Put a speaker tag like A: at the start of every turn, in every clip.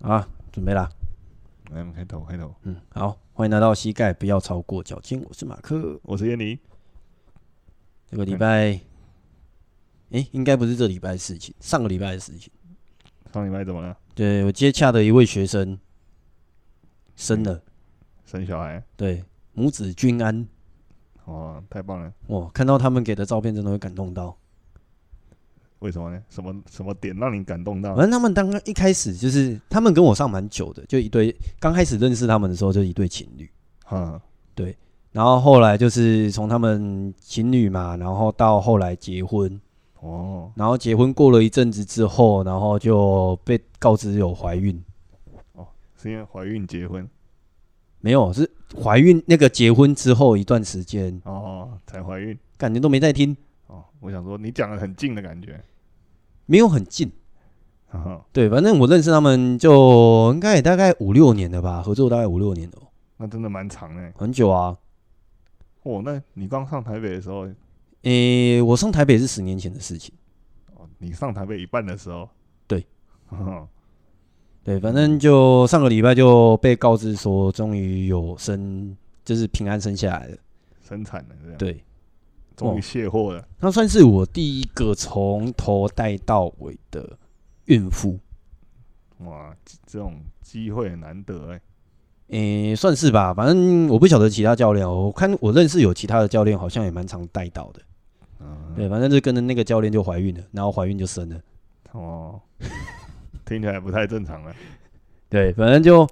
A: 啊，准备啦。
B: 来，我们开头，开头。
A: 嗯，好，欢迎来到膝盖不要超过脚尖，我是马克。
B: 我是燕妮，
A: 这个礼拜，诶、应该不是这礼拜的事情，上个礼拜的事情。
B: 上礼拜怎么了？
A: 对我接洽的一位学生生了，
B: 生小孩？
A: 对，母子均安。
B: 哦，太棒了！
A: 哇，看到他们给的照片，真的会感动到。
B: 为什么呢？什么什么点让你感动到
A: 反？正他们刚刚一开始就是，他们跟我上蛮久的，就一对。刚开始认识他们的时候，就一对情侣。
B: 哈，
A: 然后后来就是从他们情侣嘛，然后到后来结婚，
B: 哦
A: 然后结婚过了一阵子之后，然后就被告知有怀孕，
B: 哦，是因为怀孕结婚
A: 没有是怀孕那个结婚之后一段时间，
B: 哦才怀孕
A: 感觉都没在听，
B: 哦。我想说，你讲的很近的感觉。
A: 没有很近。
B: 哈哈，
A: 对，反正我认识他们就应该也大概五六年了吧，合作大概五六年了哦，
B: 那真的蛮长的。
A: 很久啊。
B: 哦，那你刚上台北的时候，
A: 诶，我上台北是十年前的事情。
B: 哦，你上台北一半的时候，
A: 对
B: 哈哈，
A: 对，反正就上个礼拜就被告知说，终于有生，就是平安生下来了。
B: 生产了这样，，
A: 对，
B: 终于卸货了。
A: 那算是我第一个从头带到尾的孕妇，
B: 哇，这种机会很难得哎。
A: 诶、算是吧。反正我不晓得其他教练哦，我看我认识有其他的教练，好像也蛮常带到的。
B: 嗯，
A: 对，反正就跟着那个教练就怀孕了，然后怀孕就生了。
B: 哦， 听起来不太正常了。
A: 对，反正就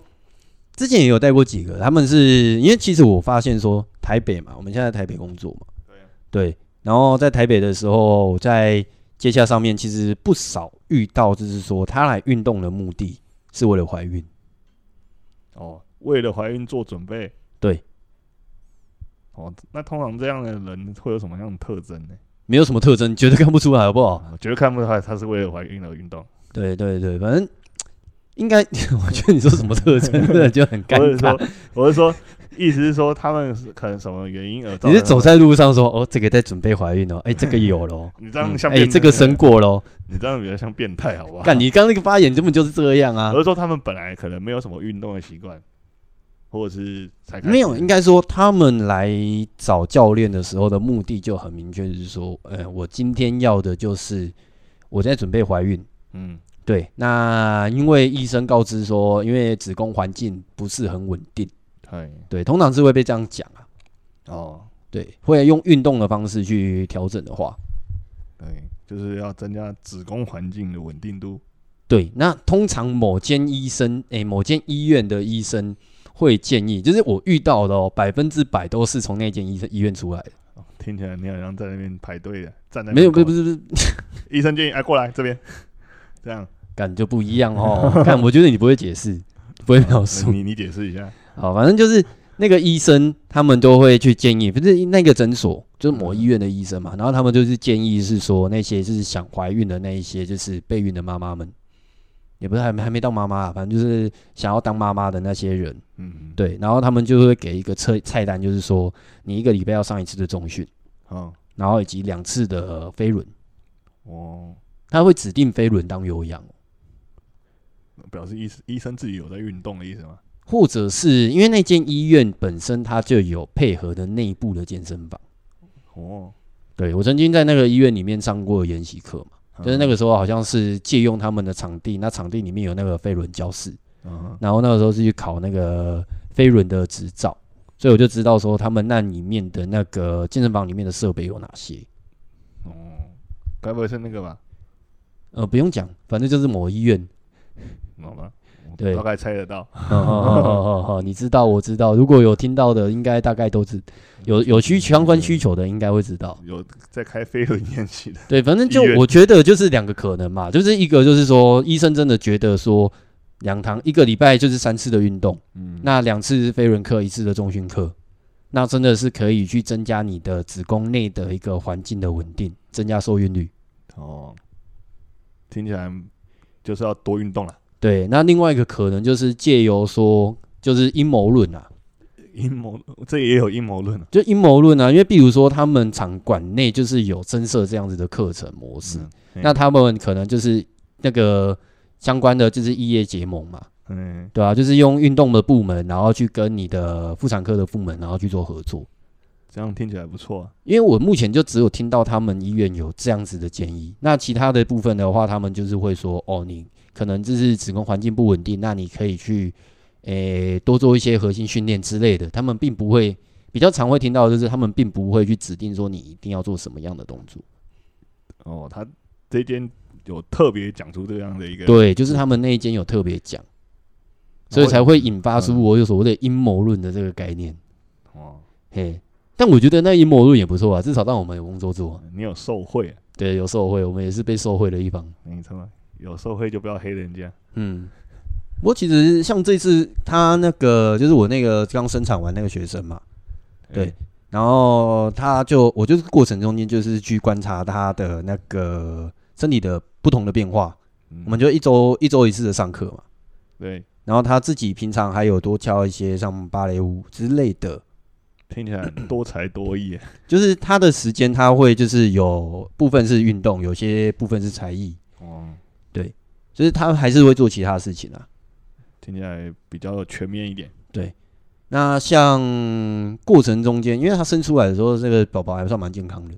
A: 之前也有带过几个，他们是因为其实我发现说台北嘛，我们现在在台北工作嘛，
B: 对啊
A: 对，然后在台北的时候，我在接洽上面其实不少遇到，就是说他来运动的目的是为了怀孕。
B: 哦，为了怀孕做准备。
A: 对。
B: 哦，那通常这样的人会有什么样的特征呢？哦
A: 没有什么特征，绝对看不出来，好不好？
B: 我觉得看不出来他是为了怀孕而运动，
A: 对对对，反正应该， 我觉得你说什么特征，真的就很
B: 我
A: 尴
B: 是
A: 尬。
B: 说，我是说，意思是说他们是可能什么原因而造
A: 你是
B: 成他
A: 走
B: 们？
A: 在路上说，哦，这个在准备怀孕哦，哎，这个有咯，
B: 你这
A: 嗯
B: 样像
A: 哎，
B: 变
A: 这个生，过咯。
B: 你这样比较像变态，好不好？
A: 干，你刚刚那个发言根本就是这样啊
B: 我，是说他们本来可能没有什么运动的习惯，或者是才开始
A: 没有，应该说他们来找教练的时候的目的就很明确，就是说，呃，我今天要的就是我在准备怀孕。
B: 嗯
A: 对，那因为医生告知说，因为子宫环境不是很稳定，
B: 对
A: 对，通常是会被这样讲啊。
B: 哦
A: 对，会用运动的方式去调整的话，
B: 对，就是要增加子宫环境的稳定度。
A: 对，那通常某间医生，诶、某间医院的医生会建议，就是我遇到的哦，百分之百都是从那间医生医院出来的，
B: 哦听起来你好像在那边排队的，站在
A: 没有，
B: 门
A: 不
B: 口
A: 是不是不是，
B: 医生建议，哎，过来这边， 这样，
A: 感就不一样哦。 看，我觉得你不会解释，不会描述，
B: 呃你你解释一下，
A: 好，反正就是那个医生，他们都会去建议，不是那个诊所，就是某医院的医生嘛，然后他们就是建议是说那些就是想怀孕的那一些就是备孕的妈妈们，也不是还没还没到妈妈啊，反正就是想要当妈妈的那些人，
B: 嗯，，
A: 对，然后他们就会给一个菜菜单，就是说你一个礼拜要上一次的重训，
B: 好，
A: 然后以及两次的呃飞轮，
B: 我
A: 他会指定飞轮当有氧。
B: 表示医医生自己有在运动的意思吗？
A: 或者是因为那间医院本身它就有配合的内部的健身房，
B: 哦，
A: 对我曾经在那个医院里面上过研习课嘛，
B: 嗯
A: 就是那个时候好像是借用他们的场地，那场地里面有那个飞轮教室，
B: 嗯，
A: 然后那个时候是去考那个飞轮的执照，所以我就知道说他们那里面的那个健身房里面的设备有哪些。
B: 嗯，哦，该不会是那个吧？
A: 呃，不用讲，反正就是某医院。哦
B: 好吧，我
A: 对
B: 大概猜得到。
A: 好好好好好好，哦你知道，我知道。如果有听到的，应该大概都知，有有需相关需求的，应该会知道。
B: 有在开飞轮练习的，
A: 对，反正就
B: 医院
A: 我觉得就是两个可能嘛，就是一个就是说医生真的觉得说两堂一个礼拜就是三次的运动，
B: 嗯
A: 那两次飞轮课，一次的重训课，那真的是可以去增加你的子宫内的一个环境的稳定，增加受孕率。
B: 哦，听起来就是要多运动了。
A: 对，那另外一个可能就是借由说就是阴谋论啊，
B: 阴谋，这也有阴谋论啊。
A: 就阴谋论啊，因为比如说他们场馆内就是有增设这样子的课程模式，
B: 嗯，
A: 那他们可能就是那个相关的就是异业结盟嘛，
B: 嗯，
A: 对啊，就是用运动的部门，然后去跟你的妇产科的部门，然后去做合作。
B: 这样听起来不错啊。
A: 因为我目前就只有听到他们医院有这样子的建议，那其他的部分的话，他们就是会说，哦，你可能就是子宫环境不稳定，那你可以去，诶、多做一些核心训练之类的。他们并不会比较常会听到，就是他们并不会去指定说你一定要做什么样的动作。
B: 哦，他这间有特别讲出这样的一个，
A: 对，就是他们那一间有特别讲，所以才会引发出我有所谓的阴谋论的这个概念。
B: 哦，
A: 嘿，但我觉得那阴谋论也不错啊，至少让我们有工作做啊。
B: 你有受贿啊，
A: 对，有受贿，我们也是被受贿的一方。
B: 没错，有受贿就不要黑人家。
A: 嗯，不过其实像这次他那个，就是我那个刚生产完那个学生嘛，对
B: 哎，
A: 然后他就我就是过程中间就是去观察他的那个身体的不同的变化，
B: 嗯
A: 我们就一周一周一次的上课嘛，
B: 对，
A: 然后他自己平常还有多敲一些像芭蕾舞之类的，
B: 听起来很多才多艺啊。
A: 就是他的时间他会就是有部分是运动，有些部分是才艺，
B: 哦，
A: 就是他还是会做其他事情啊。
B: 听起来比较全面一点。
A: 那像过程中间，因为他生出来的时候，这个宝宝还算蛮健康的。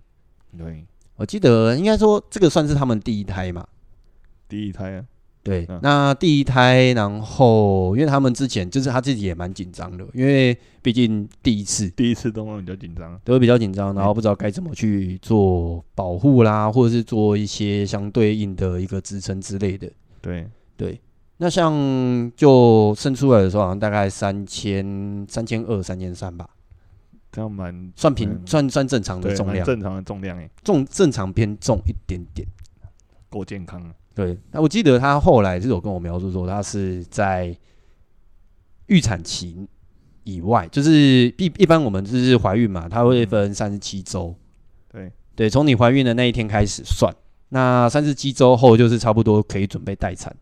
B: 对，
A: 我记得应该说这个算是他们第一胎嘛，
B: 第一胎啊，
A: 对。
B: 嗯
A: 那第一胎，然后因为他们之前就是他自己也蛮紧张的，因为毕竟第一次
B: 第一次动漫比较紧张。啊
A: 都会比较紧张，然后不知道该怎么去做保护啦，或者是做一些相对应的一个支撑之类的。
B: 对，
A: 对，那像就生出来的时候，好像大概三千、三千二、三千三吧，
B: 这样蛮
A: 算平、
B: 嗯
A: 算算正常的
B: 对
A: 重
B: 蛮
A: 量，
B: 正常的重量哎，
A: 重正常偏重一点点。
B: 够健康啊。
A: 对，那我记得他后来是有跟我描述说，他是在预产期以外，就是一一般我们就是怀孕嘛，它
B: 嗯
A: 会分三十七周，
B: 对，
A: 对，从你怀孕的那一天开始算，那三十七周后就是差不多可以准备待产，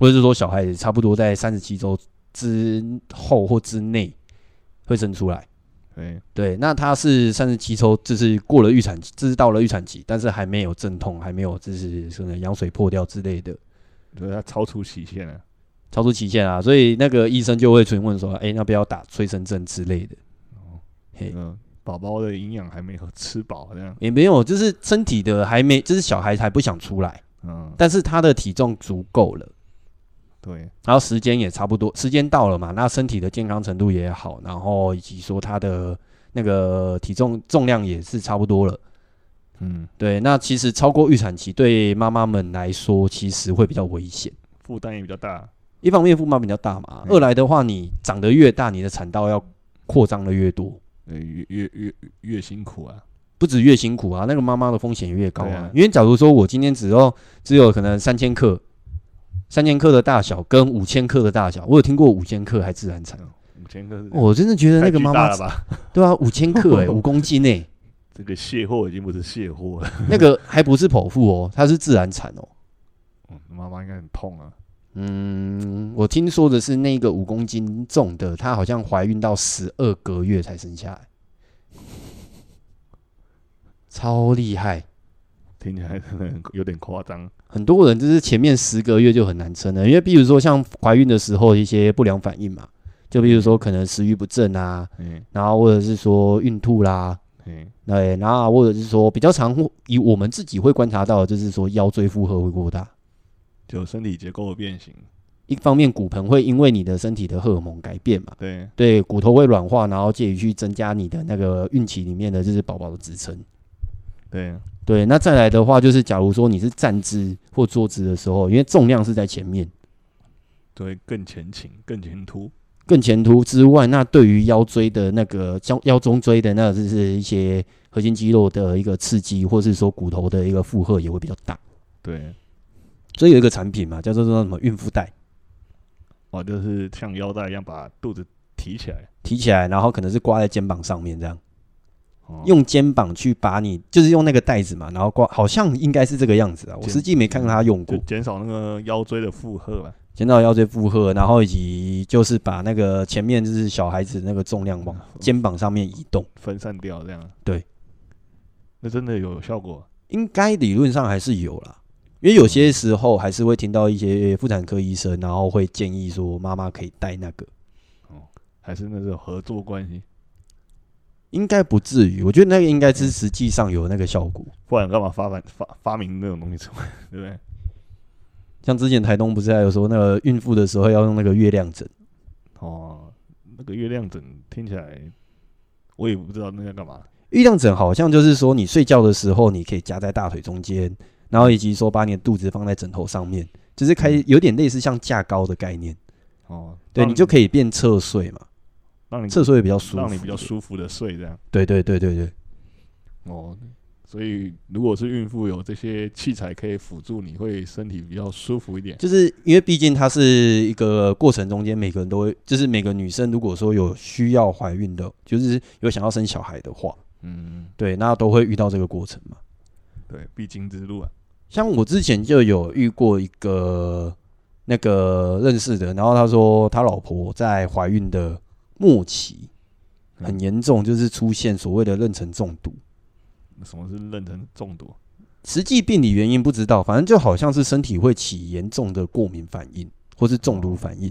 A: 或者是说小孩也差不多在三十七周之后或之内会生出来。
B: 对，
A: 对，那他是三十七周，就是过了预产期，就是到了预产期，但是还没有阵痛，还没有就是可能羊水破掉之类的。
B: 所以它超出期限了。
A: 超出期限啊，所以那个医生就会询问说，哎、那不要打催生针之类的，嘿
B: 嗯，宝宝的营养还没有吃饱，这样，
A: 也没有，就是身体的还没，就是小孩还不想出来，
B: 嗯，
A: 但是他的体重足够了，
B: 对，
A: 然后时间也差不多，时间到了嘛，那身体的健康程度也好，然后以及说他的那个体重重量也是差不多了，
B: 嗯，
A: 对，那其实超过预产期对妈妈们来说其实会比较危险。
B: 负担也比较大，
A: 一方面，腹妈比较大嘛；
B: 嗯
A: 二来的话，你长得越大，你的产道要扩张的越多。
B: 呃，越越越越辛苦啊。
A: 不止越辛苦啊，那个妈妈的风险越高啊。
B: 对啊
A: 因为假如说我今天只要只有可能三千克，三千克的大小跟五千克的大小，我有听过五千克还自然产，
B: 五千克是
A: 我真的觉得那
B: 太
A: 个
B: 巨
A: 妈
B: 大
A: 妈
B: 了吧？
A: 对啊，五千克诶、 五公斤诶、
B: 这个卸货已经不是卸货了，
A: 那个还不是剖腹哦，它是自然产哦。
B: 嗯妈妈应该很痛啊。
A: 嗯，我听说的是那个五公斤重的，她好像怀孕到十二个月才生下来，超厉害。
B: 听起来真的很有点夸张。
A: 很多人就是前面十个月就很难撑了，因为比如说像怀孕的时候一些不良反应嘛，就比如说可能食欲不振啊，
B: 嗯
A: 然后或者是说孕吐啦，
B: 嗯，
A: 对，然后或者是说比较常会以我们自己会观察到的就是说腰椎负荷会过大，
B: 就身体结构的变形，
A: 一方面骨盆会因为你的身体的荷尔蒙改变嘛，
B: 对，
A: 对，骨头会软化，然后借以去增加你的那个孕期里面的就是宝宝的支撑。
B: 对，
A: 对，那再来的话就是，假如说你是站姿或坐姿的时候，因为重量是在前面，
B: 就会更前倾、更前凸。
A: 更前凸之外，那对于腰椎的那个腰腰中椎的那就是一些核心肌肉的一个刺激，或是说骨头的一个负荷也会比较大。
B: 对，
A: 所以有一个产品嘛，叫做说什么孕妇带，
B: 哦，就是像腰带一样把肚子提起来，
A: 提起来，然后可能是挂在肩膀上面这样，
B: 哦、
A: 用肩膀去把你，就是用那个带子嘛，然后挂，好像应该是这个样子啊。我
B: 肩嗯
A: 实际没看到他用
B: 就
A: 过，
B: 减少那个腰椎的负荷吧。
A: 减少腰椎负荷，然后以及就是把那个前面就是小孩子那个重量
B: 嗯
A: 往肩膀上面移动，
B: 分散掉这样。
A: 对，
B: 那真的有效果。
A: 应该理论上还是有啦。因因为有些时候还是会听到一些妇产科医生，然后会建议说妈妈可以带那个，
B: 还是那种合作关系，
A: 应该不至于，我觉得那个应该是实际上有那个效果。
B: 不然干嘛发反发发明那种东西出来， 对不对？
A: 像之前台东不是还有说那个孕妇的时候要用那个月亮枕，
B: 哦，那个月亮枕听起来，我也不知道那要干嘛。
A: 月亮枕好像就是说你睡觉的时候你可以夹在大腿中间，然后以及说把你的肚子放在枕头上面，就是开有点类似像架高的概念，
B: 哦，
A: 对
B: 让
A: 你就可以变侧睡嘛，
B: 让你
A: 侧睡也比较舒服，
B: 让你比较舒服的睡这样。
A: 对对对对对，
B: 哦，所以如果是孕妇有这些器材可以辅助，你会身体比较舒服一点。
A: 就是因为毕竟它是一个过程中间，每个人都会，就是每个女生如果说有需要怀孕的，就是有想要生小孩的话，
B: 嗯，
A: 对，那都会遇到这个过程嘛。
B: 对，必经之路啊。
A: 像我之前就有遇过一个那个认识的，然后他说他老婆在怀孕的末期
B: 嗯
A: 很严重，就是出现所谓的妊娠中毒。
B: 什么是妊娠中毒？
A: 实际病理原因不知道，反正就好像是身体会起严重的过敏反应或是中毒反应。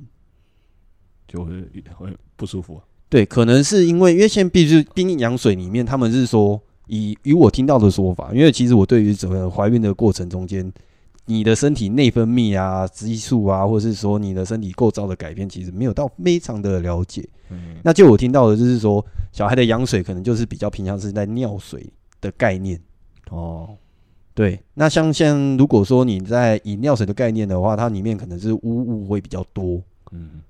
B: 就是会不舒服、啊。
A: 对，可能是因为因为现在毕竟毕竟羊水里面，他们是说以以我听到的说法，因为其实我对于整个怀孕的过程中间，你的身体内分泌啊、激素啊，或是说你的身体构造的改变，其实没有到非常的了解。
B: 嗯，
A: 那就我听到的就是说，小孩的羊水可能就是比较偏向是在尿水的概念。
B: 哦，
A: 对，那像像如果说你在以尿水的概念的话，它里面可能是污物会比较多，
B: 嗯，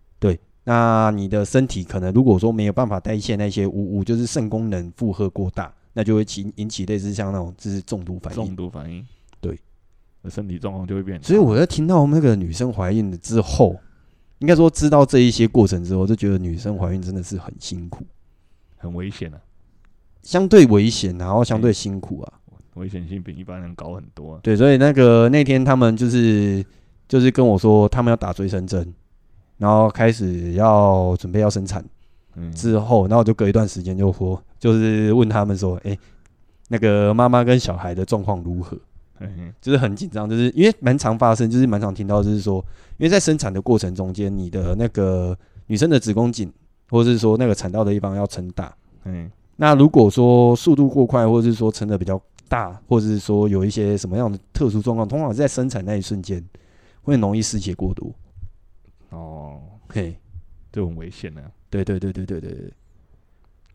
A: 那你的身体可能如果说没有办法代谢那些污物，就是肾功能负荷过大，那就会起引起类似像那种就是中毒反
B: 中
A: 应。
B: 毒反应，
A: 对，
B: 那身体状况就会变差。
A: 所以我在听到那个女生怀孕了之后，应该说知道这一些过程之后，就觉得女生怀孕真的是很辛苦，
B: 很危险啊，
A: 相对危险，然后相对辛苦啊。
B: 危险性比一般人高很多、啊。
A: 对，所以那个那天他们就是就是跟我说，他们要打追生针，然后开始要准备要生产。
B: 嗯，
A: 之后，然后我就隔一段时间就说，就是问他们说，哎、那个妈妈跟小孩的状况如何？
B: 嗯
A: 就是很紧张，就是因为蛮常发生，就是蛮常听到，就是说，因为在生产的过程中间，你的那个女生的子宫颈，或者是说那个产道的地方要撑大。
B: 嗯，
A: 那如果说速度过快，或者是说撑的比较大，或者是说有一些什么样的特殊状况，通常是在生产那一瞬间会很容易失血过多。
B: 哦，
A: 嘿，
B: 就很危险啊。
A: 对对对对对对对。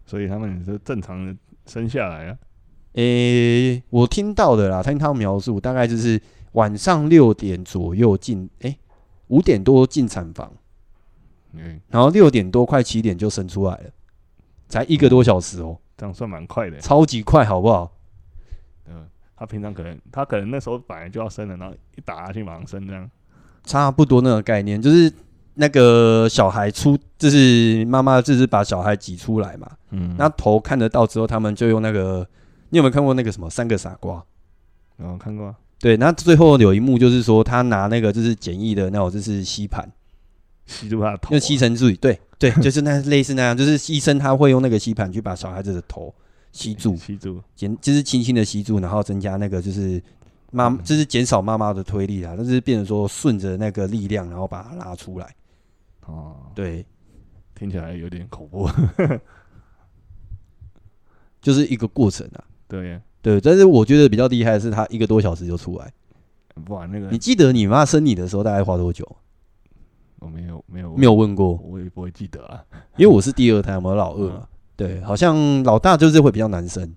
B: 所以他们是正常的生下来啊，
A: 诶、我听到的啦，听他描述大概就是晚上六点左右进，诶、五点多进产房，
B: 嗯，
A: 然后六点多快七点就生出来了，才一个多小时哦、
B: 这样算蛮快的欸。
A: 超级快，好不好？
B: 嗯，他平常可能他可能那时候本来就要生了，然后一打下去马上生这样。
A: 差不多那个概念，就是那个小孩出，就是妈妈就是把小孩挤出来嘛，
B: 嗯
A: 那头看得到之后，他们就用那个，你有没有看过那个什么三个傻瓜？
B: 然后看过啊
A: 对，那最后有一幕就是说，他拿那个就是简易的那种就是吸盘。
B: 吸住他的头啊，
A: 用吸尘器，对 对，就是那类似那样，就是医生他会用那个吸盘去把小孩子的头吸住，
B: 吸住，
A: 减就是轻轻的吸住，然后增加那个就是妈，
B: 嗯
A: 就是减少妈妈的推力啦，但是变成说顺着那个力量，然后把它拉出来。
B: 哦，
A: 对，
B: 听起来有点恐怖。
A: 就是一个过程啊。
B: 对呀，
A: 对，但是我觉得比较厉害的是他一个多小时就出来。
B: 不然那个
A: 你记得你妈生你的时候大概花多久？
B: 我没有没有
A: 没有问过，
B: 我也嗯不会记得啊。
A: 因为我是第二胎，我们有老二嘛。对，好像老大就是会比较难生。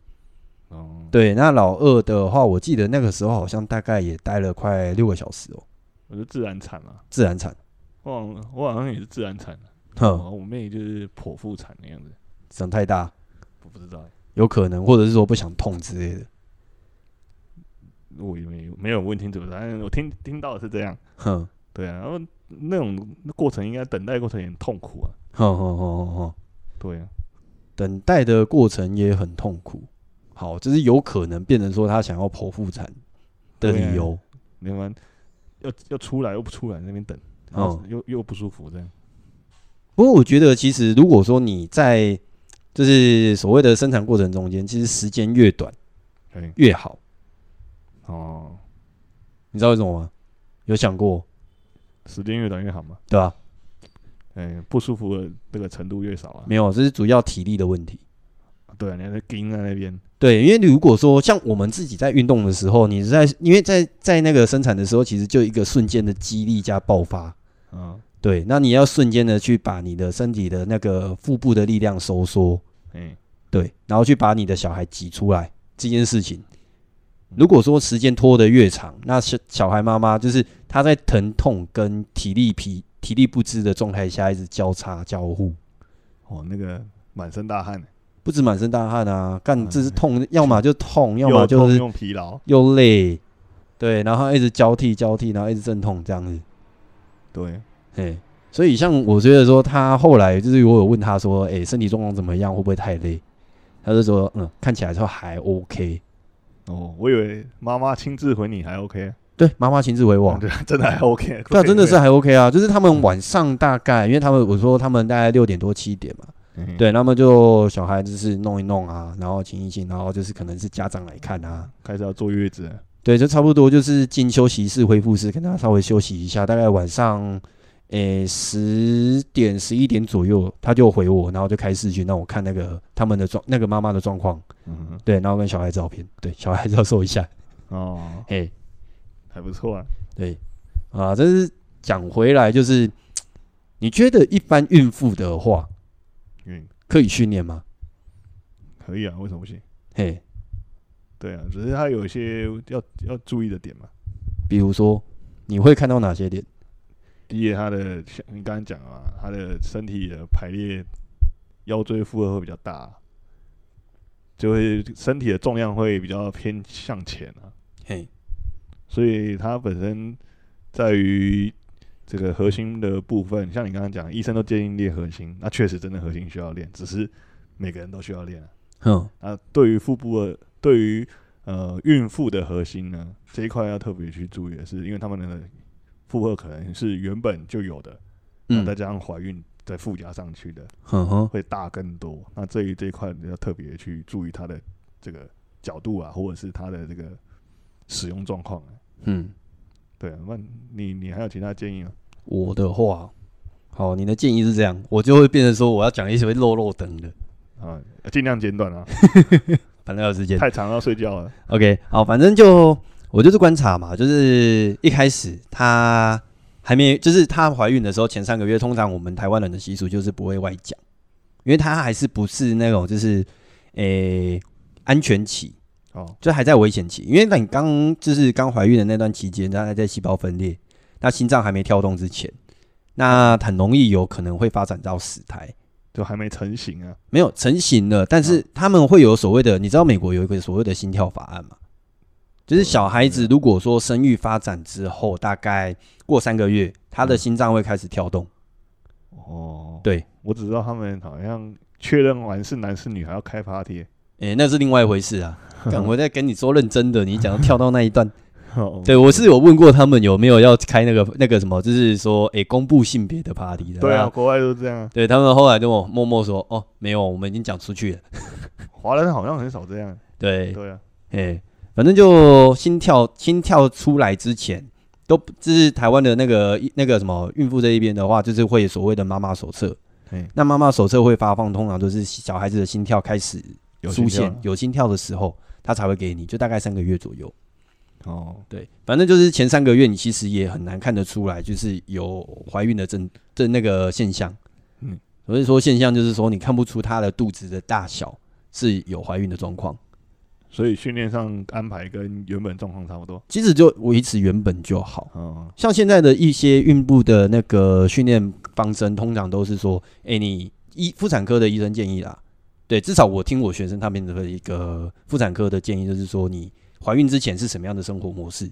B: 哦，
A: 对，那老二的话，我记得那个时候好像大概也待了快六个小时哦，
B: 我是自然产嘛，
A: 自然产。
B: 我好像我好像也是自然产的，
A: 哼，
B: 哦，我妹就是剖腹产那样子，
A: 长太大，
B: 我不知道欸，
A: 有可能，或者是说不想痛之类的。
B: 我也没有没有问清楚，反正我听听到的是这样。
A: 哼，
B: 对啊，然后那种过程应该等待过程也很痛苦啊。
A: 哼哼哼哼哼，
B: 对啊，
A: 等待的过程也很痛苦。好，就是有可能变成说他想要剖腹产的
B: 对啊
A: 理由。
B: 你们要要出来又不出来，那边等，然后
A: 哦
B: 又、又不舒服这样。
A: 不过我觉得，其实如果说你在就是所谓的生产过程中间，其实时间越短
B: 哎、
A: 越好。
B: 哦，
A: 你知道为什么吗？有想过
B: 时间越短越好嘛。
A: 对吧、
B: 哎、不舒服的那个程度越少啊。
A: 没有，这是主要体力的问题。
B: 对啊，你还在盯在那边，
A: 对，因为如果说像我们自己在运动的时候，你是在因为在在那个生产的时候，其实就一个瞬间的激励加爆发。
B: 嗯，
A: 对，那你要瞬间的去把你的身体的那个腹部的力量收缩，
B: 哎、
A: 对，然后去把你的小孩挤出来这件事情。如果说时间拖得越长，那小小孩妈妈就是她在疼痛跟体力疲、体力不支的状态下一直交叉交互，
B: 哦，那个满身大汗，
A: 不止满身大汗啊，干
B: 嗯
A: 这是痛，要么就痛，要
B: 又
A: 么就
B: 痛
A: 是
B: 又疲劳，
A: 又累，对，然后一直交替交替，然后一直阵痛这样子，
B: 对，
A: 哎，所以像我觉得说他后来就是我有问他说，哎、身体状况怎么样，会不会太累？他就说，嗯，看起来就还 OK。
B: 哦，我以为妈妈亲自回你还 OK，
A: 对，妈妈亲自回我
B: 啊，对， 真的还 OK，
A: 对啊，真的是
B: 对，
A: 还 OK 啊，就是他们晚上大概，因为他们我说他们大概六点多七点嘛，
B: 嗯，
A: 对，他们就小孩就是弄一弄啊，然后亲一亲，然后就是可能是家长来看啊，
B: 开始要坐月子了，
A: 对，就差不多就是进休息室、恢复室，跟他稍微休息一下，大概晚上，诶十点、十一点左右，他就回我，然后就开视讯让我看那个他们的状，那个妈妈的状况，
B: 嗯哼，
A: 对，然后跟小孩照片，对，小孩子要瘦一下，
B: 哦，
A: 嘿，
B: 还不错啊，
A: 对，啊，这是讲回来，就是你觉得一般孕妇的话
B: 嗯，
A: 可以训练吗？
B: 可以啊，为什么不行？
A: 嘿，
B: 对啊，只是它有一些要要注意的点嘛。
A: 比如说你会看到哪些点？
B: 第一，它的像你刚刚讲啊，它的身体的排列腰椎负荷会比较大，就会身体的重量会比较偏向前啊，
A: 嘿，
B: 所以它本身在于这个核心的部分，像你刚刚讲，医生都建议练核心，那确实真的核心需要练，只是每个人都需要练啊。
A: 哼，
B: 啊，对于腹部的，对于呃孕妇的核心呢，这一块要特别去注意的是，因为他们的负荷可能是原本就有的，那
A: 嗯
B: 再，加上怀孕再附加上去的，
A: 哼哼，
B: 会大更多。那这一这一块你要特别去注意它的这个角度啊，或者是它的这个使用状况、啊。
A: 嗯。
B: 对啊，那你你还有其他建议吗？
A: 我的话，好，你的建议是这样，我就会变成说我要讲一些漏漏等的，
B: 啊，尽量简短 啊，
A: 反正有时间。
B: 太长要睡觉了。
A: OK，好，反正就我就是观察嘛，就是一开始她还没，就是她怀孕的时候前三个月，通常我们台湾人的习俗就是不会外讲，因为她还是不是那种就是诶、安全期，
B: 哦，
A: 就还在危险期，因为那你刚就是刚怀孕的那段期间，它还在细胞分裂，那心脏还没跳动之前，那很容易有可能会发展到死胎。
B: 就还没成型啊。
A: 没有成型了，但是他们会有所谓的，你知道美国有一个所谓的心跳法案嘛？就是小孩子如果说生育发展之后，大概过三个月，他的心脏会开始跳动。
B: 哦，
A: 对，
B: 我只知道他们好像确认完是男是女还要开 party，
A: 诶、那是另外一回事啊。干我在跟你说认真的，你讲到跳到那一段，
B: 哦
A: 对我是有问过他们有没有要开那个那个什么，就是说诶、公布性别的 party 的。
B: 对啊，
A: 那，
B: 国外都这样啊，
A: 对他们后来跟我默默说，哦，没有，我们已经讲出去了。
B: 华人好像很少这样，
A: 对，
B: 对啊，
A: 哎、反正就心跳心跳出来之前，都就是台湾的那个那个什么孕妇这一边的话，就是会有所谓的妈妈手册
B: 嘿。
A: 那妈妈手册会发放，通常都是小孩子的心跳开始
B: 有
A: 出
B: 心跳
A: 现有心跳的时候，他才会给你，就大概三个月左右。
B: 哦，
A: 对，反正就是前三个月，你其实也很难看得出来，就是有怀孕的症症那个现象。嗯
B: 嗯，
A: 所以说现象就是说，你看不出她的肚子的大小是有怀孕的状况。
B: 所以训练上安排跟原本状况差不多，
A: 其实就维持原本就好。
B: 哦，
A: 像现在的一些孕部的那个训练方针，通常都是说，哎、你医妇产科的医生建议啦，对，至少我听我学生他们的一个妇产科的建议，就是说你怀孕之前是什么样的生活模式，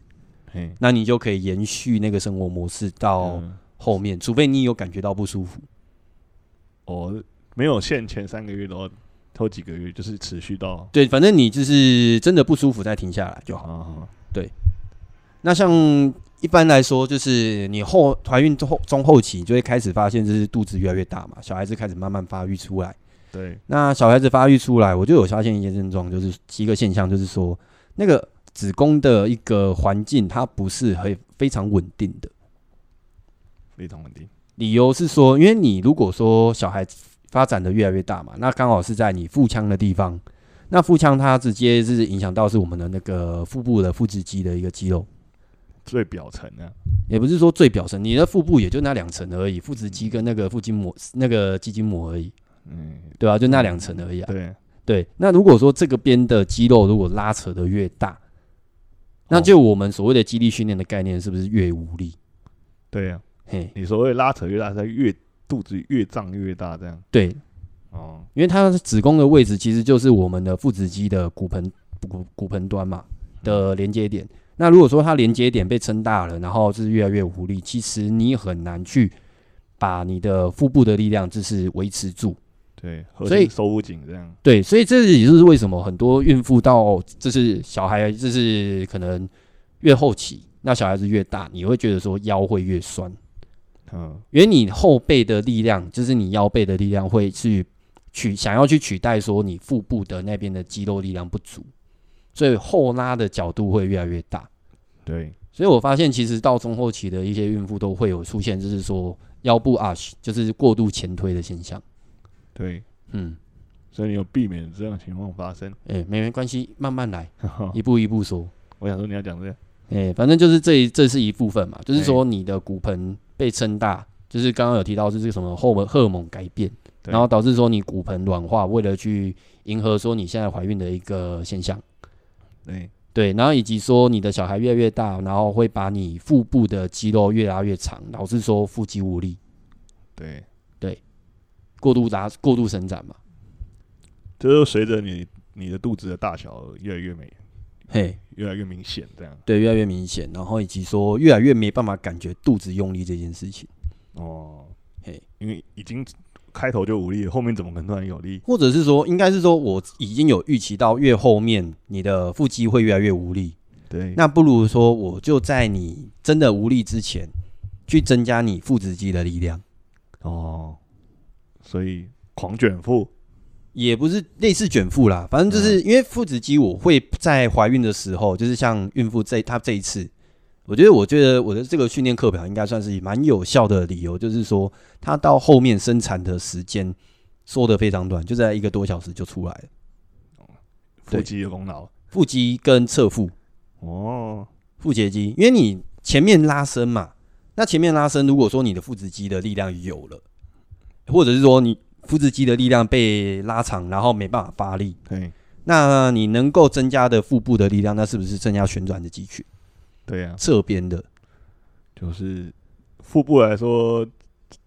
B: 嘿，
A: 那你就可以延续那个生活模式到
B: 嗯，
A: 后面，除非你有感觉到不舒服。
B: 哦，没有限前三个月都要头几个月，就是持续到
A: 对，反正你就是真的不舒服再停下来就好。
B: 啊，
A: 那像一般来说，就是你后怀孕中后中后期就会开始发现，就是肚子越来越大嘛，小孩子开始慢慢发育出来。
B: 对，
A: 那小孩子发育出来，我就有发现一些症状，就是一个现象，就是说那个子宫的一个环境，它不是很非常稳定的。
B: 非常稳定。
A: 理由是说，因为你如果说小孩发展的越来越大嘛，那刚好是在你腹腔的地方，那腹腔它直接是影响到是我们的那个腹部的腹直肌的一个肌肉，
B: 最表层啊，
A: 也不是说最表层，你的腹部也就那两层而已，腹直肌跟那个腹筋膜、那个肌筋膜而已，
B: 嗯，
A: 对吧、就那两层而已啊。
B: 对，
A: 对，那如果说这个边的肌肉如果拉扯的越大，那就我们所谓的肌力训练的概念是不是越无力？
B: 对啊，
A: 嘿，
B: 你所谓拉扯越大，它越肚子越胀越大这样。
A: 对，
B: 哦，
A: 因为它子宫的位置其实就是我们的腹直肌的骨盆骨骨盆端嘛的连接点。那如果说它连接点被撑大了，然后是越来越无力，其实你很难去把你的腹部的力量就是维持住。
B: 对，核
A: 所以
B: 心收不紧这样。
A: 对，所以这也就是为什么很多孕妇到哦就是小孩就是可能越后期，那小孩子越大，你会觉得说腰会越酸，
B: 嗯，
A: 因为你后背的力量，就是你腰背的力量会去取想要去取代说你腹部的那边的肌肉力量不足，所以后拉的角度会越来越大。
B: 对，
A: 所以我发现其实到中后期的一些孕妇都会有出现，就是说腰部 arch，就是过度前推的现象。
B: 对，
A: 嗯，
B: 所以你有避免这样情况发 生。
A: 哎、没没关系，慢慢来，一步一步说。
B: 我想说你要讲这个，
A: 哎、反正就是这一这是一部分嘛，就是说你的骨盆被撑大，就是刚刚有提到就是什么荷尔荷尔蒙改变，
B: 对
A: 然后导致说你骨盆软化，为了去迎合说你现在怀孕的一个现象，
B: 对，
A: 对，然后以及说你的小孩越来越大，然后会把你腹部的肌肉越拉越长，导致说腹肌无力、
B: 对，
A: 过度拉、过度伸展嘛。
B: 就是随着你你的肚子的大小越来越美，
A: 嘿，
B: 越来越明显这样。
A: 对，越来越明显，然后以及说越来越没办法感觉肚子用力这件事情，
B: 哦，
A: 嘿，
B: 因为已经开头就无力了，后面怎么可能突然有力？
A: 或者是说，应该是说我已经有预期到越后面你的腹肌会越来越无力，
B: 对，
A: 那不如说我就在你真的无力之前，去增加你腹直肌的力量，
B: 哦，所以狂卷腹，
A: 也不是类似卷腹啦，反正就是因为腹直肌，我会在怀孕的时候，就是像孕妇这她这一次，我觉得我觉得我的这个训练课表应该算是蛮有效的理由，就是说她到后面生产的时间缩得非常短，就在一个多小时就出来了，
B: 腹
A: 对
B: 肌的功劳。
A: 腹肌跟侧腹。
B: 哦，
A: 腹斜肌，因为你前面拉伸嘛，那前面拉伸，如果说你的腹直肌的力量有了，或者是说你腹直肌的力量被拉长，然后没办法发力，
B: 对，
A: 那你能够增加的腹部的力量，那是不是增加旋转的肌群
B: 对呀、啊，
A: 侧边的？
B: 就是腹部来说，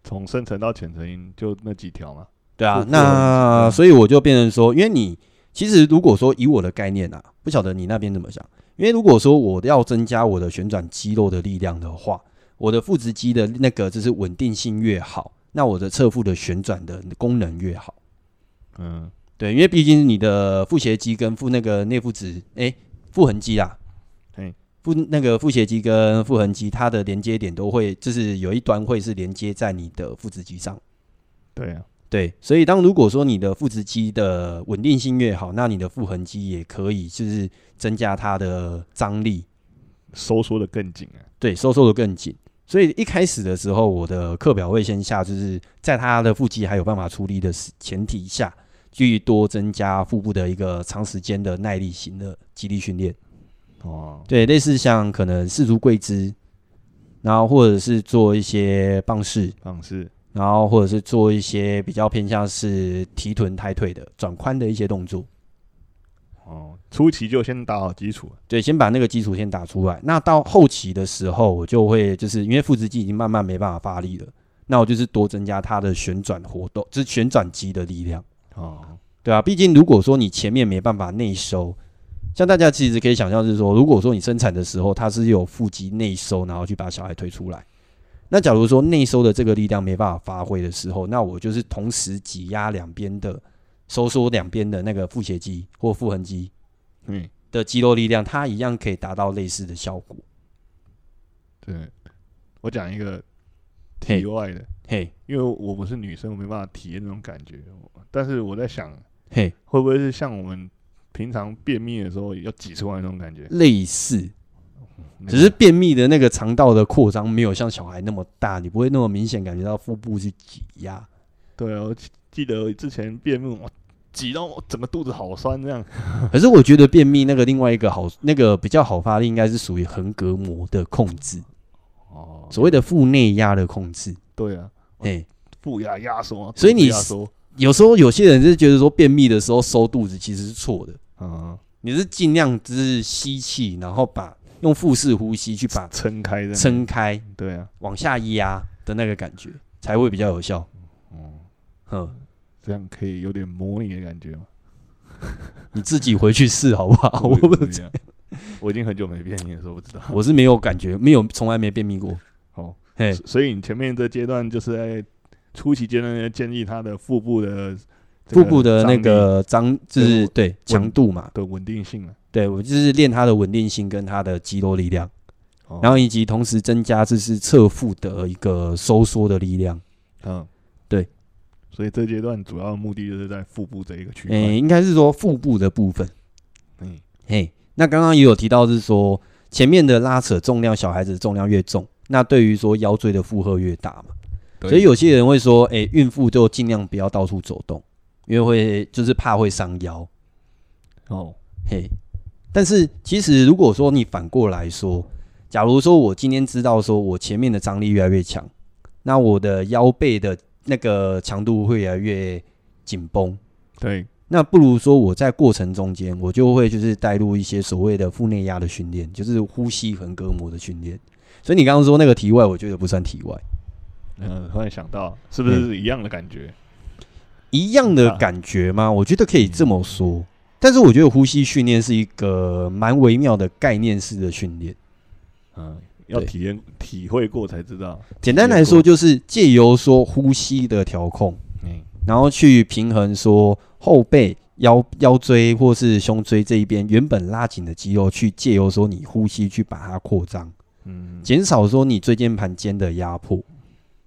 B: 从深层到浅层就那几条嘛。
A: 对啊
B: 腹，部的
A: 那
B: 嗯
A: 所以我就变成说，因为你其实如果说以我的概念啊，不晓得你那边怎么想，因为如果说我要增加我的旋转肌肉的力量的话，我的腹直肌的那个就是稳定性越好，那我的侧腹的旋转的功能越好。
B: 嗯，
A: 对，因为毕竟你的腹斜肌跟腹那个内腹直，哎、腹横肌啦，
B: 嘿
A: 腹那个腹斜肌跟腹横肌，它的连接点都会，就是有一端会是连接在你的腹直肌上。
B: 对呀、啊，
A: 对，所以当如果说你的腹直肌的稳定性越好，那你的腹横肌也可以就是增加它的张力，
B: 收缩的更紧啊。
A: 对，收缩的更紧。所以一开始的时候，我的课表会先下，就是在它的腹肌还有办法出力的时前提下，去多增加腹部的一个长时间的耐力型的肌力训练。
B: 哦，
A: 对，类似像可能四足跪姿，然后或者是做一些棒式，
B: 方式，
A: 然后或者是做一些比较偏向是提臀抬腿的转髋的一些动作。
B: 哦，初期就先打好基础。啊
A: 对，先把那个基础先打出来。那到后期的时候，我就会就是因为腹直肌已经慢慢没办法发力了，那我就是多增加它的旋转活动，就是旋转肌的力量，
B: 哦，
A: 对啊，毕竟如果说你前面没办法内收，像大家其实可以想象是说，如果说你生产的时候它是有腹肌内收，然后去把小孩推出来。那假如说内收的这个力量没办法发挥的时候，那我就是同时挤压两边的收缩两边的那个腹斜肌或腹横肌，
B: 嗯，
A: 的肌肉力量，它一样可以达到类似的效果。
B: 对，我讲一个
A: 嘿
B: 题外的，
A: 嘿，
B: 因为我不是女生，我没办法体验那种感觉。但是我在想，
A: 嘿，
B: 会不会是像我们平常便秘的时候要挤出来那种感觉，
A: 类似，
B: 那个
A: 只是便秘的那个肠道的扩张没有像小孩那么大，你不会那么明显感觉到腹部去挤压。
B: 对啊，我记记得之前便秘，我挤到我整个肚子好酸这样。
A: 可是我觉得便秘那个另外一个好，那个比较好发力，应该是属于横膈膜的控制，
B: 哦
A: 所谓的腹内压的控制。
B: 对啊，
A: 哎、
B: 腹压压缩，
A: 所以你
B: 肚子压缩，
A: 有时候有些人是觉得说便秘的时候收肚子其实是错的，
B: 嗯，
A: 你是尽量只是吸气，然后把用腹式呼吸去把
B: 撑开这样。
A: 撑开，
B: 对啊，
A: 往下压的那个感觉才会比较有效。
B: 嗯，
A: 嗯，
B: 这样可以有点模拟的感觉嘛。
A: 你自己回去试好不好？哦我
B: 不
A: 不，
B: 这样，我已经很久没便秘了，所以我不知道。
A: 我是没有感觉，没有从来没便秘过。
B: 哦，
A: 嘿，
B: 所所以你前面这阶段就是在初期阶段在建立他的腹部的这
A: 腹
B: 个
A: 部的那
B: 张力
A: 个张就是对强度嘛，
B: 的稳定性啊。
A: 对我就是练它的稳定性跟它的肌肉力量，
B: 哦
A: 然后以及同时增加这是侧腹的一个收缩的力量。
B: 嗯，
A: 对，
B: 所以这阶段主要的目的就是在腹部这一个区块。
A: 诶，应该是说腹部的部分。
B: 嗯，
A: 嘿，那刚刚也有提到是说前面的拉扯重量，小孩子的重量越重，那对于说腰椎的负荷越大嘛。
B: 对
A: 所以有些人会说，哎、孕妇就尽量不要到处走动，因为会就是怕会伤腰。
B: 哦，
A: 嘿，但是其实如果说你反过来说，假如说我今天知道说我前面的张力越来越强，那我的腰背的那个强度会越来越紧绷，
B: 对，
A: 那不如说我在过程中间，我就会就是带入一些所谓的腹内压的训练，就是呼吸横膈膜的训练。所以你刚刚说那个题外，我觉得不算题外，
B: 嗯，突然想到，是不是一样的感觉？
A: 一样的感觉吗？我觉得可以这么说。但是我觉得呼吸训练是一个蛮微妙的概念式的训练。
B: 嗯，要
A: 对
B: 体验体会过才知道。
A: 简单来说，就是借由说呼吸的调控，
B: 嗯，
A: 然后去平衡说后背、腰、腰椎或是胸椎这一边原本拉紧的肌肉，去借由说你呼吸去把它扩张。
B: 嗯，
A: 减少说你椎间盘间的压迫。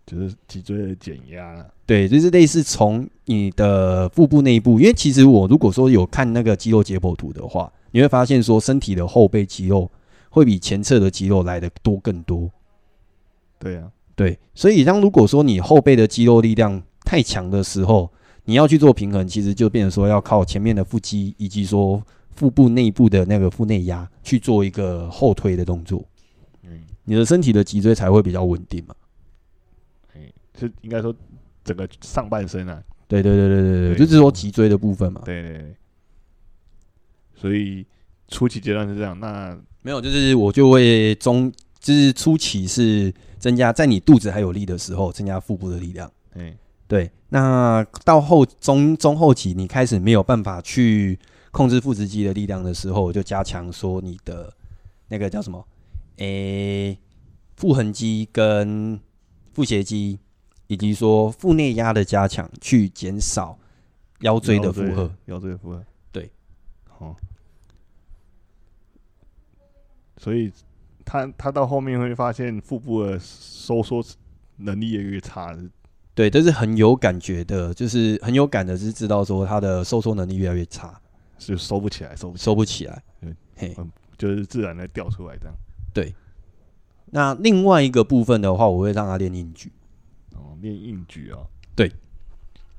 B: 就是脊椎的减压啦。
A: 对，就是类似从你的腹部内部，因为其实我如果说有看那个肌肉解剖图的话，你会发现说身体的后背肌肉会比前侧的肌肉来的多更多。
B: 对啊，
A: 对，所以当如果说你后背的肌肉力量太强的时候，你要去做平衡，其实就变成说要靠前面的腹肌以及说腹部内部的那个腹内压去做一个后推的动作，
B: 嗯，
A: 你的身体的脊椎才会比较稳定嘛。
B: 哎，是应该说整个上半身啊。
A: 对对对对对对，
B: 对
A: 就是说脊椎的部分嘛。
B: 对对对。所以初期阶段是这样，那
A: 没有，就是我就会中，就是初期是增加在你肚子还有力的时候，增加腹部的力量。
B: 哎，
A: 对，那到后中中后期，你开始没有办法去控制腹直肌的力量的时候，我就加强说你的那个叫什么？诶、腹横肌跟腹斜肌，以及说腹内压的加强，去减少腰椎的负荷。，
B: 腰椎的负荷，
A: 对，
B: 哦，所以他他到后面会发现腹部的收缩能力也越差，是
A: 对，这是很有感觉的，就是很有感的，是知道说他的收缩能力越来越差，
B: 就收不起来，收不起
A: 收不起来
B: 对。
A: 嘿，
B: 来，就是自然的掉出来这样。
A: 那另外一个部分的话，我会让他练硬举。
B: 哦，练硬举啊、哦，
A: 对，